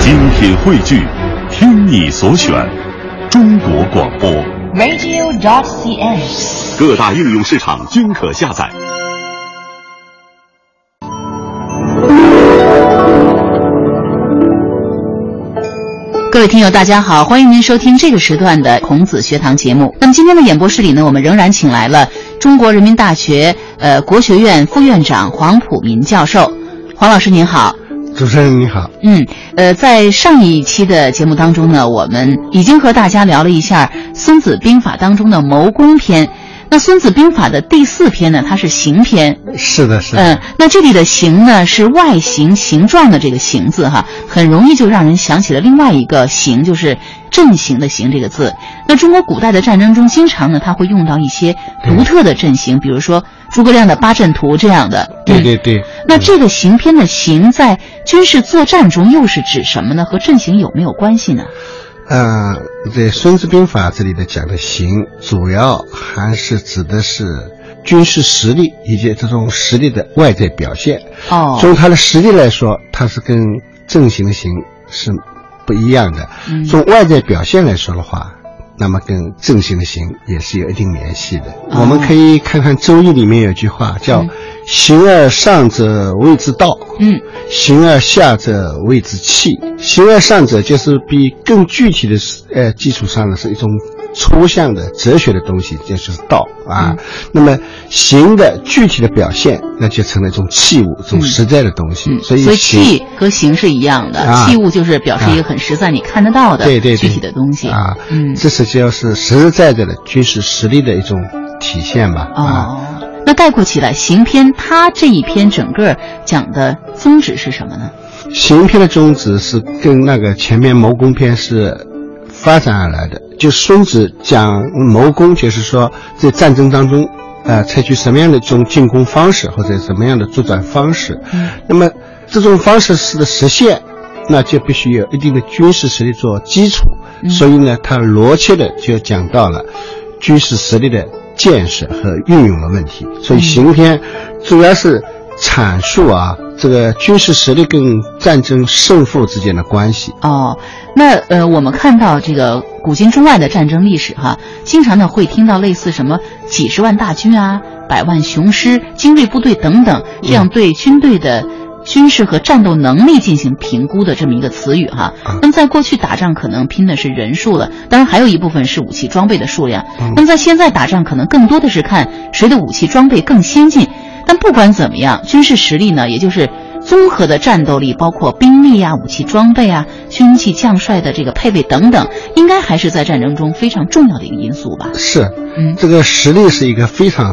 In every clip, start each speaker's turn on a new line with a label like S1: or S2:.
S1: 精品汇聚，听你所选，中国广播。
S2: radio.cn。
S1: 各大应用市场均可下载。
S3: 各位听友，大家好，欢迎您收听这个时段的孔子学堂节目。那么今天的演播室里呢，我们仍然请来了中国人民大学呃国学院副院长黄普民教授。黄老师您好，
S4: 主持人你好，
S3: 嗯，呃，在上一期的节目当中呢，我们已经和大家聊了一下《孙子兵法》当中的谋攻篇。那《孙子兵法》的第四篇呢，它是刑篇，
S4: 是的，是的，
S3: 嗯，那这里的“形”呢，是外形形状的这个“形”字哈，很容易就让人想起了另外一个“形”，就是阵型的“形”这个字。那中国古代的战争中，经常呢，它会用到一些独特的阵型，比如说诸葛亮的八阵图这样的。
S4: 对
S3: 嗯
S4: 对对。
S3: 那这个刑篇的“刑”在军事作战中又是指什么呢？和阵型有没有关系呢？
S4: 呃，在《孙子兵法》这里的讲的“行”，主要还是指的是军事实力以及这种实力的外在表现。
S3: 哦，
S4: 从它的实力来说，它是跟正形的“形”是不一样的。
S3: 嗯
S4: 从外在表现来说的话，那么跟正形的“形”也是有一定联系的。
S3: 哦
S4: 我们可以看看《周易》里面有句话叫
S3: 嗯
S4: “行而上者谓之道”。
S3: 嗯，
S4: 形而下者谓之器，形而上者就是比更具体的呃基础上呢是一种抽象的哲学的东西，这就是道啊。那么形的具体的表现，那就成了一种器物，一种实在的东西。
S3: 嗯，
S4: 所以
S3: 所以
S4: 形
S3: 器和形是一样的，
S4: 啊
S3: 器物就是表示一个很实在、你看得到的
S4: 对对对
S3: 具体的东西
S4: 啊，
S3: 嗯，
S4: 这是就是实实在在的军事实力的一种体现吧啊。
S3: 哦，那概括起来，行篇它这一篇整个讲的宗旨是什么呢？
S4: 行篇的宗旨是跟那个前面谋攻篇是发展而来的。就孙子讲谋攻，就是说在战争当中，呃，采取什么样的这种进攻方式或者什么样的作战方式。
S3: 嗯
S4: 那么这种方式式的实现，那就必须有一定的军事实力做基础。
S3: 嗯
S4: 所以呢，他罗切的就讲到了军事实力的建设和运用的问题。所以行篇主要是阐述啊这个军事实力跟战争胜负之间的关系。
S3: 哦，那呃，我们看到这个古今中外的战争历史哈，经常呢会听到类似什么几十万大军啊、百万雄师、精锐部队等等这样对军队的。军事和战斗能力进行评估的这么一个词语哈，
S4: 嗯
S3: 那么在过去打仗可能拼的是人数了，当然还有一部分是武器装备的数量。
S4: 嗯
S3: 那么在现在打仗可能更多的是看谁的武器装备更先进，但不管怎么样，军事实力呢，也就是综合的战斗力，包括兵力啊、武器装备啊、军器将帅的这个配备等等，应该还是在战争中非常重要的一个因素吧。
S4: 是，
S3: 嗯
S4: 这个实力是一个非常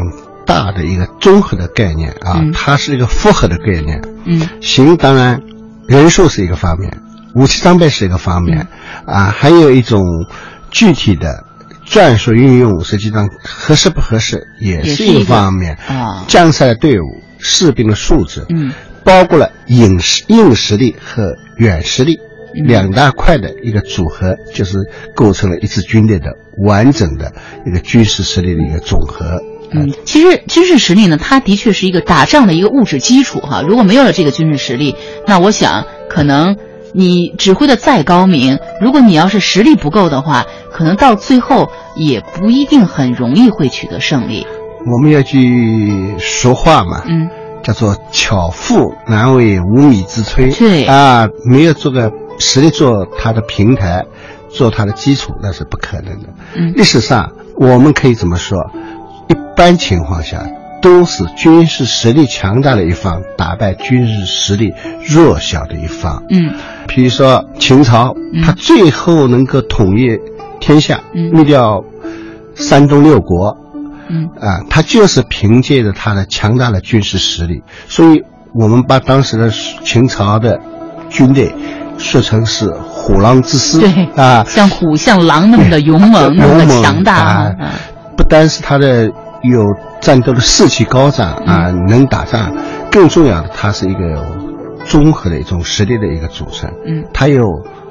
S4: 大的一个综合的概念啊，
S3: 嗯
S4: 它是一个复合的概念。
S3: 嗯
S4: 行，当然人数是一个方面，武器装备是一个方面，
S3: 嗯
S4: 啊，还有一种具体的战术运用，实际上合适不合适也
S3: 也是
S4: 是
S3: 一
S4: 一
S3: 个
S4: 个方面。
S3: 啊
S4: 将帅的队伍、士兵的素质，
S3: 嗯，
S4: 包括了硬实硬实力和软实力。
S3: 嗯
S4: 两大块的一个组合，就是构成了一支军队的完整的一个军事实力的一个总和。
S3: 嗯，其实军事实力呢，它的确是一个打仗的一个物质基础哈。如果没有了这个军事实力，那我想可能你指挥的再高明，如果你要是实力不够的话，可能到最后也不一定很容易会取得胜利。
S4: 我们有句俗话嘛，
S3: 嗯
S4: 叫做“巧妇难为无米之炊”。
S3: 对
S4: 啊，没有做个实力做它的平台，做它的基础，那是不可能的。
S3: 嗯
S4: 历史上我们可以怎么说？一般情况下，都是军事实力强大的一方打败军事实力弱小的一方。
S3: 嗯
S4: 比如说秦朝
S3: 嗯，
S4: 他最后能够统一天下，
S3: 嗯
S4: 灭掉山东六国。
S3: 嗯
S4: 啊，他就是凭借着他的强大的军事实力，所以我们把当时的秦朝的军队说成是虎狼之师，
S3: 对
S4: 啊，
S3: 像虎像狼那么的勇猛，那么的强大
S4: 啊
S3: 啊。嗯
S4: 不单是他的有战斗的士气高涨
S3: 嗯
S4: 啊，能打仗，更重要的，它是一个综合的一种实力的一个组成。
S3: 嗯
S4: 它有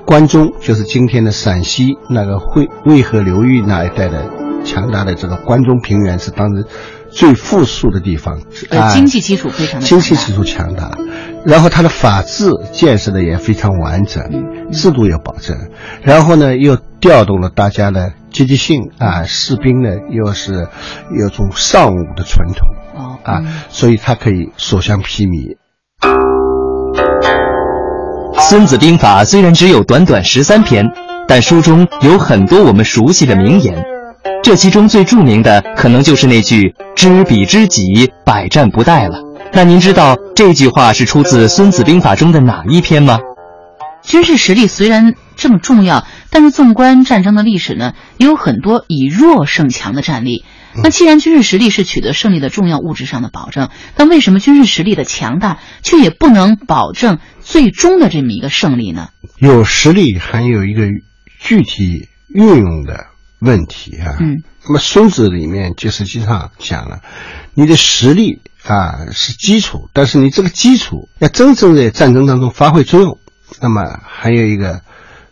S4: 关中，就是今天的陕西那个渭渭河流域那一带的强大的这个关中平原，是当时最富庶的地方，
S3: 呃，
S4: 啊
S3: 经济基础非常的
S4: 经济
S3: 强
S4: 基础强大，然后它的法治建设的也非常完整，
S3: 嗯
S4: 制度有保证，然后呢又调动了大家的积极性啊，士兵呢又是有种尚武的传统
S3: 大哦，
S4: 啊，所以它可以所向披靡。
S2: 《孙子兵法》虽然只有短短十三篇，但书中有很多我们熟悉的名言。这其中最著名的，可能就是那句“知彼知己，百战不殆”了。那您知道这句话是出自《孙子兵法》中的哪一篇吗？
S3: 军事实力虽然这么重要，但是纵观战争的历史呢，也有很多以弱胜强的战例。
S4: 嗯
S3: 那既然军事实力是取得胜利的重要物质上的保证，但为什么军事实力的强大却也不能保证最终的这么一个胜利呢？
S4: 有实力，还有一个具体运用的问题啊。
S3: 嗯。
S4: 那么《孙子》里面就实际上讲了，你的实力啊是基础，但是你这个基础要真正在战争当中发挥作用，那么还有一个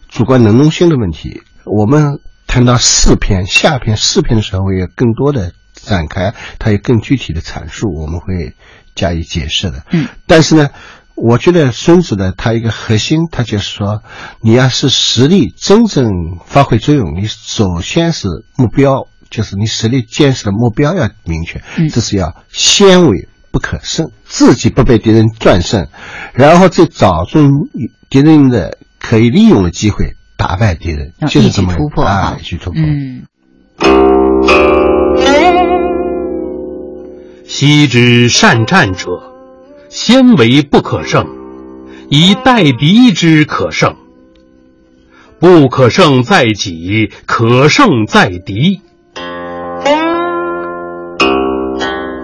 S4: 主观能动性的问题。我们谈到四篇，下篇四篇的时候会有更多的展开，它有更具体的阐述，我们会加以解释的。
S3: 嗯，
S4: 但是呢，我觉得孙子呢，他一个核心，他就是说，你要是实力真正发挥作用，你首先是目标，就是你实力建设的目标要明确，
S3: 嗯
S4: 这是要先为不可胜，自己不被敌人战胜，然后再找准敌人的可以利用的机会打败敌人
S3: 要，
S4: 就是这么
S3: 一举突破
S4: 啊
S3: 哈，
S4: 一举突破。
S3: 嗯，
S5: 昔之善战者，先为不可胜，以待敌之可胜。不可胜在己，可胜在敌。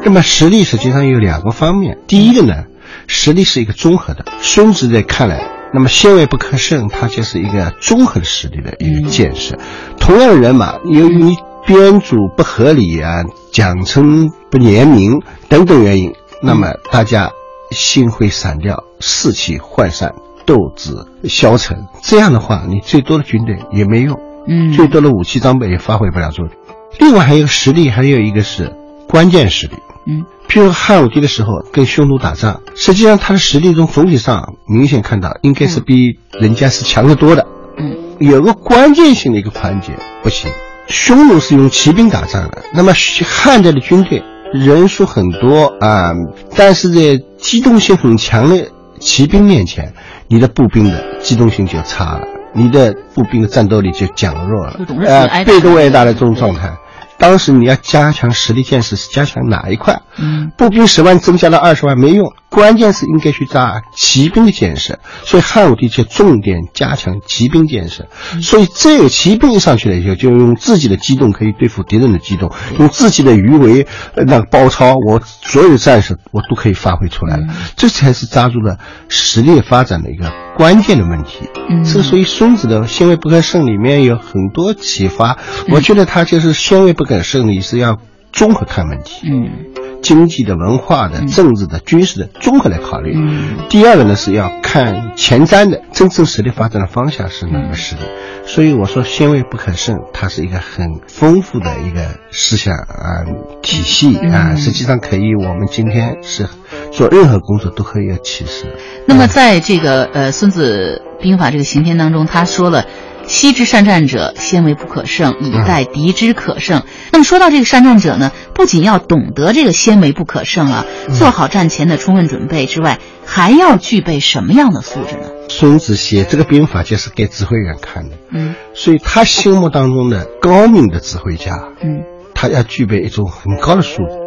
S4: 那么实力实际上有两个方面，第一个呢，实力是一个综合的。孙子在看来，那么先为不可胜，它就是一个综合的实力的一个建设。同样的人马，由于你编组不合理啊，奖惩不严明等等原因，那么大家心会散掉，士气涣散，斗志消沉。这样的话，你最多的军队也没用。
S3: 嗯，
S4: 最多的武器装备也发挥不了作用。另外还有实力，还有一个是关键实力。
S3: 嗯，
S4: 譬如汉武帝的时候跟匈奴打仗，实际上他的实力从总体上明显看到，应该是比人家是强得多的。
S3: 嗯，
S4: 有个关键性的一个环节不行。匈奴是用骑兵打仗的，那么汉代的军队人数很多啊、但是在机动性很强的骑兵面前，你的步兵的机动性就差了，你的步兵的战斗力就减弱了
S3: 就总，是死挨
S4: 呃，
S3: 打
S4: 被动挨打的这种状态。当时你要加强实力建设，是加强哪一块？
S3: 嗯
S4: 步兵十万增加到二十万没用，关键是应该去抓骑兵的建设。所以汉武帝就重点加强骑兵建设。所以只有骑兵一上去了以后，就用自己的机动可以对付敌人的机动，用自己的余围呃那个包抄，我所有战士我都可以发挥出来
S3: 嗯
S4: 了。这才是抓住了实力发展的一个关键的问题。
S3: 嗯，
S4: 这所以孙子的“先为不可胜”里面有很多启发，我觉得他就是“先为不可胜”，你是要综合看问题。
S3: 嗯
S4: 经济的、文化的、政治的、军事的综合来考虑。
S3: 嗯
S4: 第二个呢是要看前瞻的，真正实力发展的方向是哪个实力。所以我说先为不可胜，它是一个很丰富的一个思想啊体系啊，实际上可以我们今天是做任何工作都可以有启示。
S3: 那
S4: 嗯
S3: 么在这个呃《孙子兵法》这个刑篇当中，他说了。昔之善战者，先为不可胜，
S4: 嗯
S3: 以待敌之可胜。那么说到这个善战者呢，不仅要懂得这个先为不可胜啊，
S4: 嗯
S3: 做好战前的充分准备之外，还要具备什么样的素质呢？
S4: 孙子写这个兵法就是给指挥员看的，
S3: 嗯
S4: 所以他心目当中的高明的指挥家，
S3: 嗯
S4: 他要具备一种很高的素质。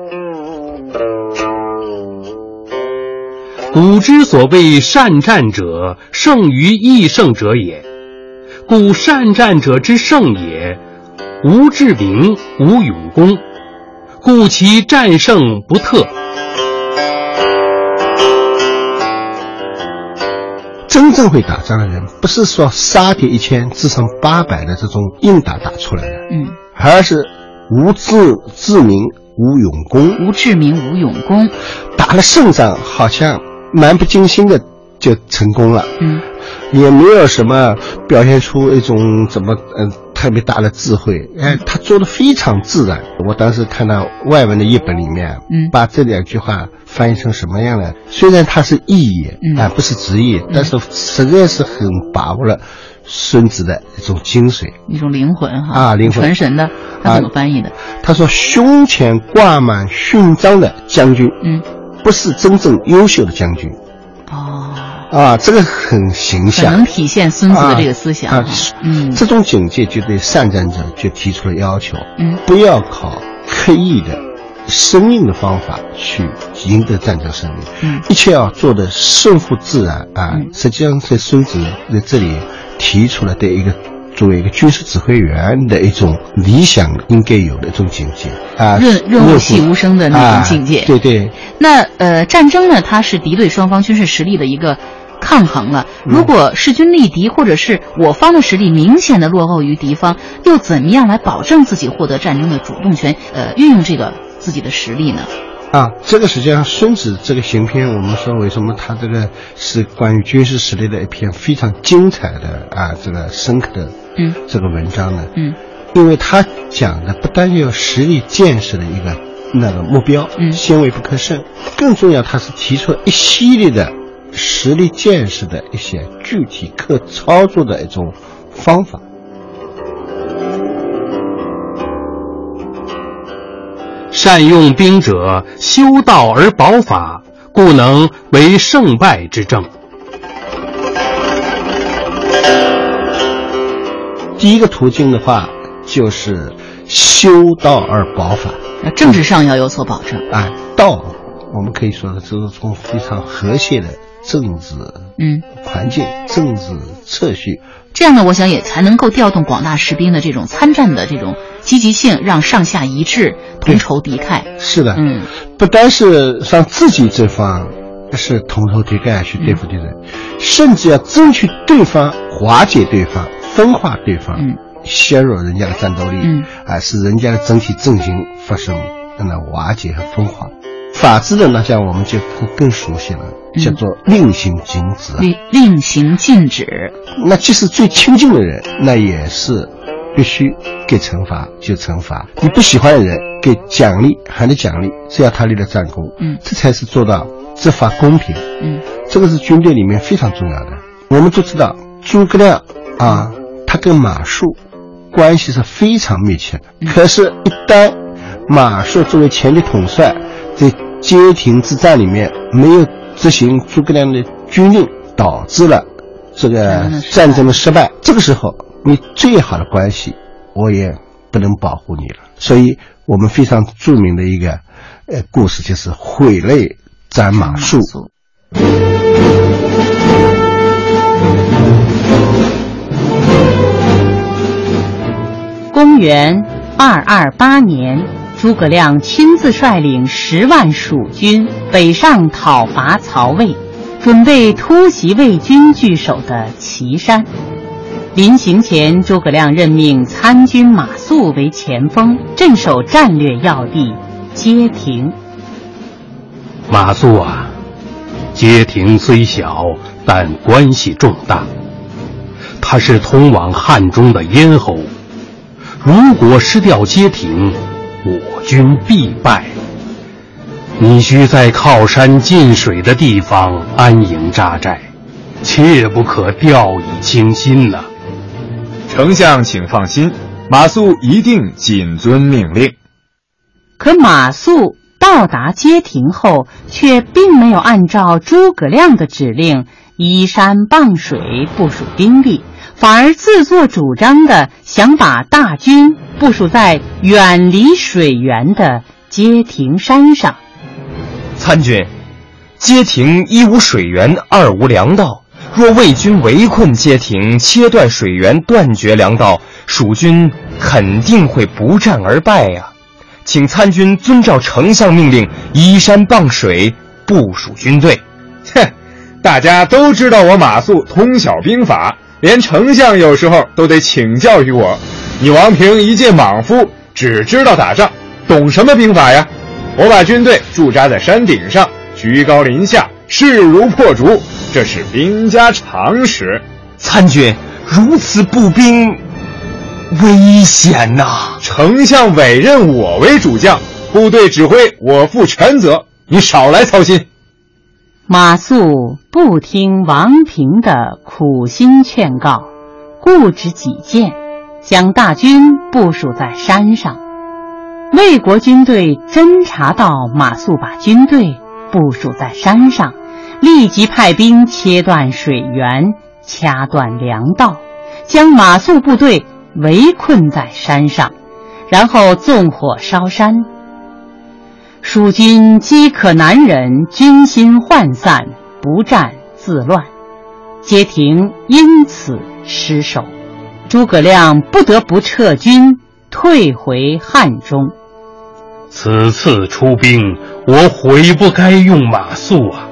S5: 古之所谓善战者，胜于易胜者也。故善战者之胜也，无志名，无勇功，故其战胜不特。
S4: 真正会打仗的人，不是说杀敌一千，自伤八百的这种硬打打出来的，
S3: 嗯，
S4: 而是无自自明、无勇功，
S3: 无志名，无勇功。
S4: 打了胜仗，好像漫不经心的就成功了。
S3: 嗯
S4: 也没有什么表现出一种怎么嗯、呃特别大的智慧，
S3: 嗯
S4: 哎，他做的非常自然。我当时看到外文的译本里面，
S3: 嗯
S4: 把这两句话翻译成什么样呢？虽然它是意译，
S3: 嗯
S4: 啊，不是直译，但是实在是很把握了孙子的一种精髓。
S3: 一种灵魂哈
S4: 啊灵魂
S3: 传神的，他怎么
S4: 啊
S3: 翻译的？
S4: 他说：“胸前挂满勋章的将军，
S3: 嗯，
S4: 不是真正优秀的将军
S3: 哦，
S4: 啊，这个很形
S3: 很能
S4: 象。”
S3: 体现孙子的这个思想
S4: 啊
S3: 哈
S4: 啊，
S3: 嗯
S4: 这种警戒就对善战者就提出了要求，
S3: 嗯
S4: 不要靠刻意的、生硬的方法去赢得战争胜利，
S3: 嗯
S4: 一切要做的顺乎自然啊。
S3: 嗯
S4: 实际上，是孙子在这里提出了对一个作为一个军事指挥员的一种理想应该有的一种警戒啊，
S3: 润润物细无声的那
S4: 啊
S3: 种境界。
S4: 对对，
S3: 那呃，战争呢，它是敌对双方军事实力的一个抗衡了。
S4: 嗯
S3: 如果势均力敌，或者是我方的实力明显的落后于敌方，又怎么样来保证自己获得战争的主动权？呃，运用这个自己的实力呢？
S4: 啊，这个实际上《孙子》这个行篇，我们说为什么它这个是关于军事实力的一篇非常精彩的啊，这个深刻的
S3: 嗯
S4: 这个文章呢？
S3: 嗯
S4: 因为它讲的不单有实力建设的一个那个目标，
S3: 嗯
S4: 先为不可胜，更重要，它是提出了一系列的实力建设的一些具体可操作的一种方法。
S5: 善用兵者，修道而保法，故能为胜败之政。
S4: 第一个途径的话，就是修道而保法。
S3: 呃政治上要有所保证。
S4: 啊，道，我们可以说的这是从非常和谐的政治
S3: 嗯，
S4: 环境、政治秩序，
S3: 这样呢，我想也才能够调动广大士兵的这种参战的这种积极性，让上下一致，同仇敌忾。
S4: 是的，
S3: 嗯
S4: 不单是让自己这方是同仇敌忾去对付敌人，
S3: 嗯
S4: 甚至要争取对方瓦解对方、分化对方，
S3: 嗯
S4: 削弱人家的战斗力，
S3: 嗯
S4: 啊，使人家的整体阵型发生那瓦解和分化。法治的呢，像我们就更更熟悉了，
S3: 嗯
S4: 叫做令行禁止啊。
S3: 令令行禁止。
S4: 那即使最亲近的人，那也是必须给惩罚就惩罚，你不喜欢的人给奖励还得奖励，只要他立了战功，
S3: 嗯
S4: 这才是做到执法公平。
S3: 嗯
S4: 这个是军队里面非常重要的。我们都知道诸葛亮啊，他跟马谡关系是非常密切的。可是，一旦马谡作为前敌统帅，在街亭之战里面没有执行诸葛亮的军令，导致了这个战争的失败。这个时候，你最好的关系我也不能保护你了。所以我们非常著名的一个呃故事就是毁类斩马谡。
S6: 公元二二八年，诸葛亮亲自率领十万蜀军北上讨伐曹魏，准备突袭魏军据守的岐山。临行前，诸葛亮任命参军马谡为前锋，镇守战略要地街亭。
S5: 马谡啊，街亭虽小，但关系重大。它是通往汉中的咽喉，如果失掉街亭，我军必败。你需在靠山近水的地方安营扎寨，切不可掉以轻心呐、
S7: 丞相请放心，马谡一定谨遵命令。
S6: 可马谡到达街亭后，却并没有按照诸葛亮的指令依山傍水部署兵力，反而自作主张的想把大军部署在远离水源的街亭山上。
S8: 参军，街亭一无水源，二无粮道。若魏军围困街亭，切断水源，断绝粮道，蜀军肯定会不战而败呀、请参军遵照丞相命令，依山傍水部署军队。
S7: 哼，大家都知道我马谡通晓兵法，连丞相有时候都得请教于我。你王平一介莽夫，只知道打仗，懂什么兵法呀？我把军队驻扎在山顶上，居高临下，势如破竹，这是兵家常识。
S8: 参军，如此步兵，危险呐、
S7: 丞相委任我为主将，部队指挥我负全责，你少来操心。
S6: 马谡不听王平的苦心劝告，固执己见，将大军部署在山上。魏国军队侦察到马谡把军队部署在山上，立即派兵切断水源，掐断粮道，将马谡部队围困在山上，然后纵火烧山。蜀军饥渴难忍，军心涣散，不战自乱，街亭因此失守。诸葛亮不得不撤军，退回汉中。
S5: 此次出兵，我悔不该用马谡啊！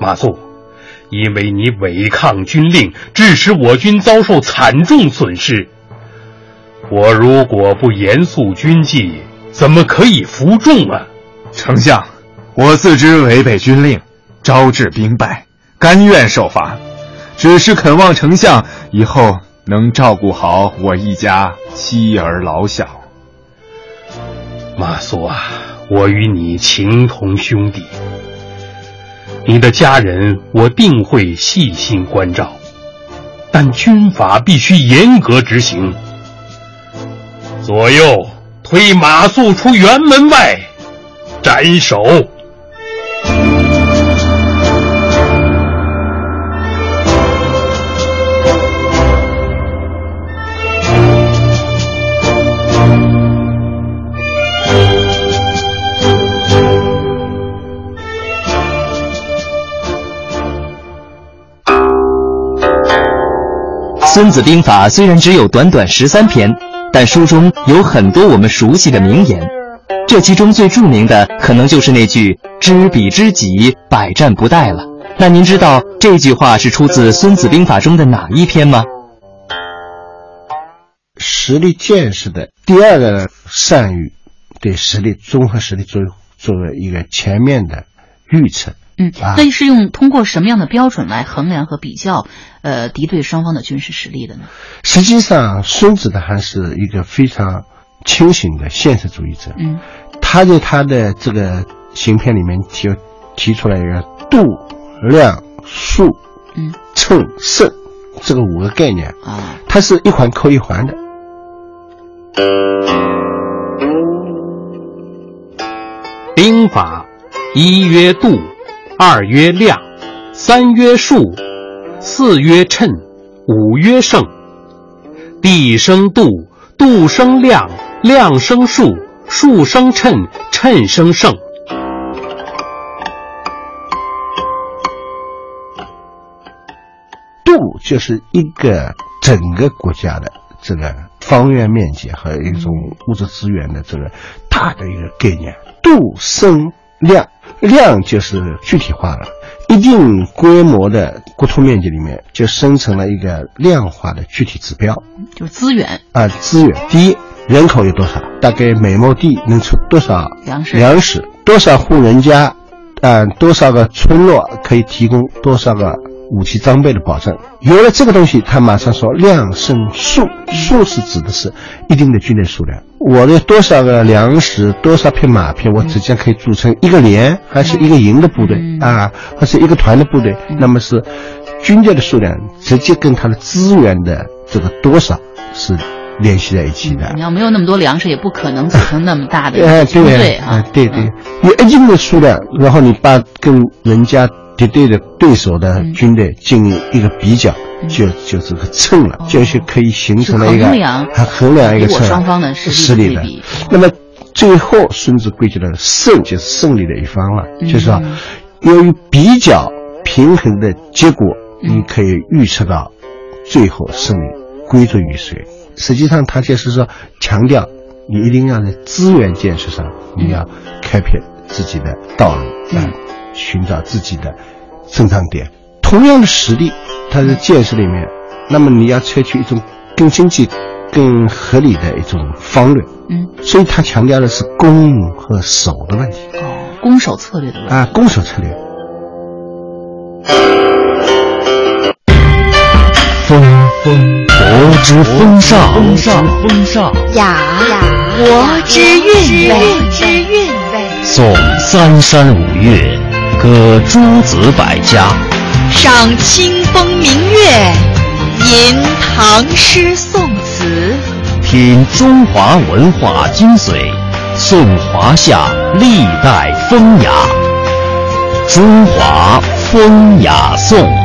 S5: 马谡，因为你违抗军令，致使我军遭受惨重损失。我如果不严肃军纪，怎么可以服众啊？
S7: 丞相，我自知违背军令，招致兵败，甘愿受罚，只是恳望丞相以后能照顾好我一家妻儿老小。
S5: 马谡啊，我与你情同兄弟，你的家人我定会细心关照，但军法必须严格执行。左右推马谡出辕门外，斩首。
S2: 《孙子兵法》虽然只有短短十三篇，但书中有很多我们熟悉的名言。这其中最著名的可能就是那句“知彼知己，百战不殆”了。那您知道这句话是出自《孙子兵法》中的哪一篇吗？
S4: 实力建设的第二个呢，善于对实力综合实力做作为一个全面的预测。
S3: 嗯，
S4: 啊
S3: 那是用通过什么样的标准来衡量和比较，呃，敌对双方的军事实力的呢？
S4: 实际上，孙子呢还是一个非常清醒的现实主义者。
S3: 嗯
S4: 他在他的这个行篇里面提提出来一个度、量、数、
S3: 嗯
S4: 称、胜这个五个概念，
S3: 啊，
S4: 它是一环扣一环的。
S5: 兵法，一曰度，二曰量，三曰数，四曰称，五曰胜。地生度，度生量，量生数，数生称，称生胜。
S4: 度就是一个整个国家的这个方圆面积和一种物质资源的这个大的一个概念。度升量，量就是具体化了。一定规模的国土面积里面，就生成了一个量化的具体指标。
S3: 就是资源、
S4: 啊，资源。第一，人口有多少？大概每亩地能出多少
S3: 粮食
S4: 粮食多少户人家？啊、多少个村落可以提供多少个武器装备的保证？有了这个东西，他马上说量胜数，数是指的是一定的军队数量。我的多少个粮食，多少匹马匹，我直接可以组成一个连，还是一个营的部队、
S3: 嗯
S4: 啊，还是一个团的部队？那么是军队的数量直接跟它的资源的这个多少是联系在一起的。
S3: 你要没嗯有那么多粮食，也不可能组成那么大的一
S4: 哎，
S3: 个军队
S4: 对，
S3: 啊。
S4: 哎对对，有一定的数量，然后你把跟人家敌对的对手的
S3: 嗯
S4: 军队进行一个比较，
S3: 嗯
S4: 就就这个秤了
S3: 哦，
S4: 就是可以形成了一个
S3: 是衡量
S4: 啊衡量一个
S3: 敌我
S4: 秤，
S3: 双方的实力
S4: 实力
S3: 对
S4: 的
S3: 比。
S4: 那么最后，孙子归结了胜就是胜利的一方了，
S3: 嗯
S4: 就是说，由于比较平衡的结果，
S3: 嗯
S4: 你可以预测到最后胜利归罪于谁。实际上，他就是说强调你一啊定要在资源建设上，你要开辟自己的道路，
S3: 嗯
S4: 啊，寻找自己的增长点。同样的实力，它的建设里面，那么你要采取一种更经济、更合理的一种方略。
S3: 嗯，
S4: 所以他强调的是攻和守的问题
S3: 哦，攻守策略的问题。
S4: 啊，攻守策略。
S8: 风风火
S2: 之风尚，风尚风尚，
S3: 雅雅国之韵味，之韵味。
S2: 颂三山五岳，歌诸子百家，
S3: 赏清风明月，吟唐诗宋词。
S2: 品中华文化精髓，颂华夏历代风雅。中华风雅颂。